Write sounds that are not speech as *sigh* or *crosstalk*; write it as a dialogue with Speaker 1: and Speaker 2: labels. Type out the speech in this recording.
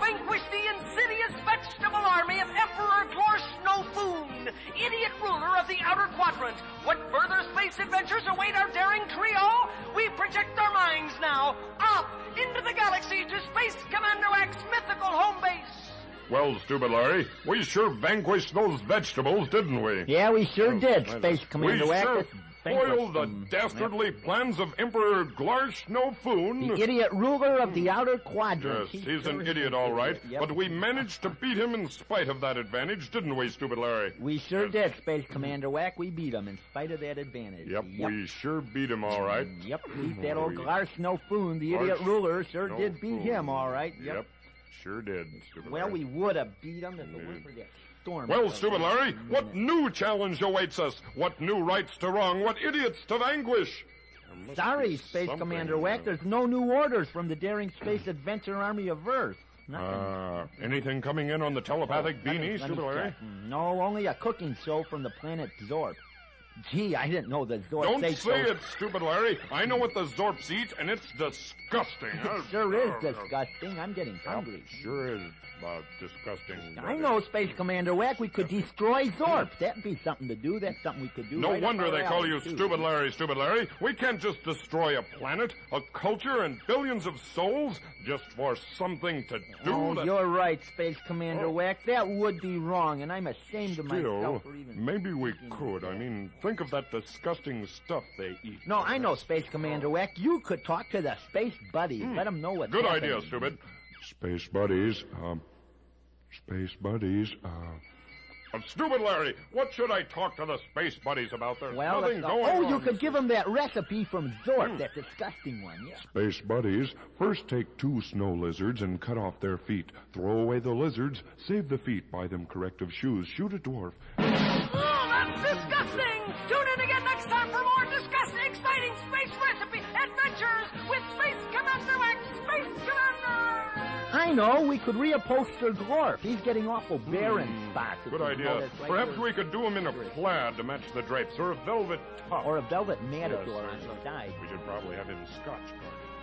Speaker 1: vanquish the insidious vegetable army of Emperor Glorsh Nofoon, idiot ruler of the Outer Quadrant. What further space adventures await our daring trio? We project our minds now, up into the galaxy to Space Commando X's mythical home base.
Speaker 2: Well, stupid Larry, we sure vanquished those vegetables, didn't we?
Speaker 3: Yeah, we
Speaker 2: Oh,
Speaker 3: sure did,
Speaker 2: Well,
Speaker 3: Space
Speaker 2: We
Speaker 3: Commando
Speaker 2: sure
Speaker 3: Actus.
Speaker 2: foiled the dastardly plans of Emperor Glarsh
Speaker 3: The
Speaker 2: Nofoon.
Speaker 3: idiot ruler of the outer quadrant.
Speaker 2: Hmm. Yes, he's an idiot, all right. But we managed to beat him in spite of that advantage, didn't we, stupid Larry?
Speaker 3: We sure did, Space Commander Whack. We beat him in spite of that advantage. Mm,
Speaker 2: Yep, we sure beat him, all right.
Speaker 3: Yep, beat that old
Speaker 2: Oh, yeah.
Speaker 3: Lars Snowfoon, the idiot
Speaker 2: Lars
Speaker 3: ruler, sure did beat
Speaker 2: Nofoon.
Speaker 3: him, all right. Yep.
Speaker 2: Yep, sure did, stupid
Speaker 3: Well,
Speaker 2: Larry.
Speaker 3: we would have beat him if it weren't for that storm.
Speaker 2: Mm. Well, stupid Larry, what new challenge awaits us? What new rights to wrong? What idiots to vanquish? There must be
Speaker 3: Sorry, Space
Speaker 2: something,
Speaker 3: Commander Whack,
Speaker 2: uh,
Speaker 3: there's no new orders from the Daring Space Adventure Army of Earth. Nothing.
Speaker 2: Ah, anything coming in on the telepathic
Speaker 3: Oh, Let me-
Speaker 2: beanie,
Speaker 3: let me
Speaker 2: stupid Larry?
Speaker 3: check. No, only a cooking show from the planet Zorb. Gee, I didn't know the Zorb
Speaker 2: Don't
Speaker 3: ate
Speaker 2: say
Speaker 3: those-
Speaker 2: it, stupid Larry. I know what the Zorps eat, and it's
Speaker 3: *laughs*
Speaker 2: disgusting.
Speaker 3: It sure is disgusting. I'm getting hungry.
Speaker 2: Sure is uh, disgusting.
Speaker 3: I know, Space Commander Whack, we could destroy Zorb. That'd be something to do. That's something we could do.
Speaker 2: No
Speaker 3: right up
Speaker 2: wonder
Speaker 3: our
Speaker 2: they call
Speaker 3: alley,
Speaker 2: you
Speaker 3: too.
Speaker 2: Stupid Larry, Stupid Larry. We can't just destroy a planet, a culture, and billions of souls just for something to do.
Speaker 3: Oh,
Speaker 2: that-
Speaker 3: you're right, Space Commander
Speaker 2: Oh.
Speaker 3: Whack. That would be wrong, and I'm ashamed of
Speaker 2: Still,
Speaker 3: myself for even.
Speaker 2: maybe we could. I mean, think of that disgusting stuff they eat.
Speaker 3: No, I know, Space Commander Whack. You could talk to the space buddies. Let them know what's
Speaker 2: Hmm. Good
Speaker 3: happening.
Speaker 2: idea, stupid. Space buddies. Um, space buddies. Uh, uh, stupid Larry, what should I talk to the space buddies about? There's
Speaker 3: Well,
Speaker 2: nothing
Speaker 3: let's-
Speaker 2: going
Speaker 3: oh,
Speaker 2: on. Hmm.
Speaker 3: you could give them that recipe from Zork, that disgusting one. Yeah.
Speaker 2: Space buddies, first take two snow lizards and cut off their feet. Throw away the lizards, save the feet, buy them corrective shoes, shoot a dwarf.
Speaker 1: Oh, that's disgusting! Tune in again next time for more disgusting, exciting space recipe adventures with Space Commander X, Space Commander!
Speaker 3: I know, we could reupholster Glorf. He's getting awful barren spots. If
Speaker 2: Hmm. Good
Speaker 3: you
Speaker 2: idea.
Speaker 3: notice, right
Speaker 2: Perhaps
Speaker 3: there.
Speaker 2: we could do them in a plaid to match the drapes, or a velvet top.
Speaker 3: Or a velvet
Speaker 2: Yes,
Speaker 3: matador
Speaker 2: I
Speaker 3: on
Speaker 2: know.
Speaker 3: the side.
Speaker 2: We should probably have him scotch guarded.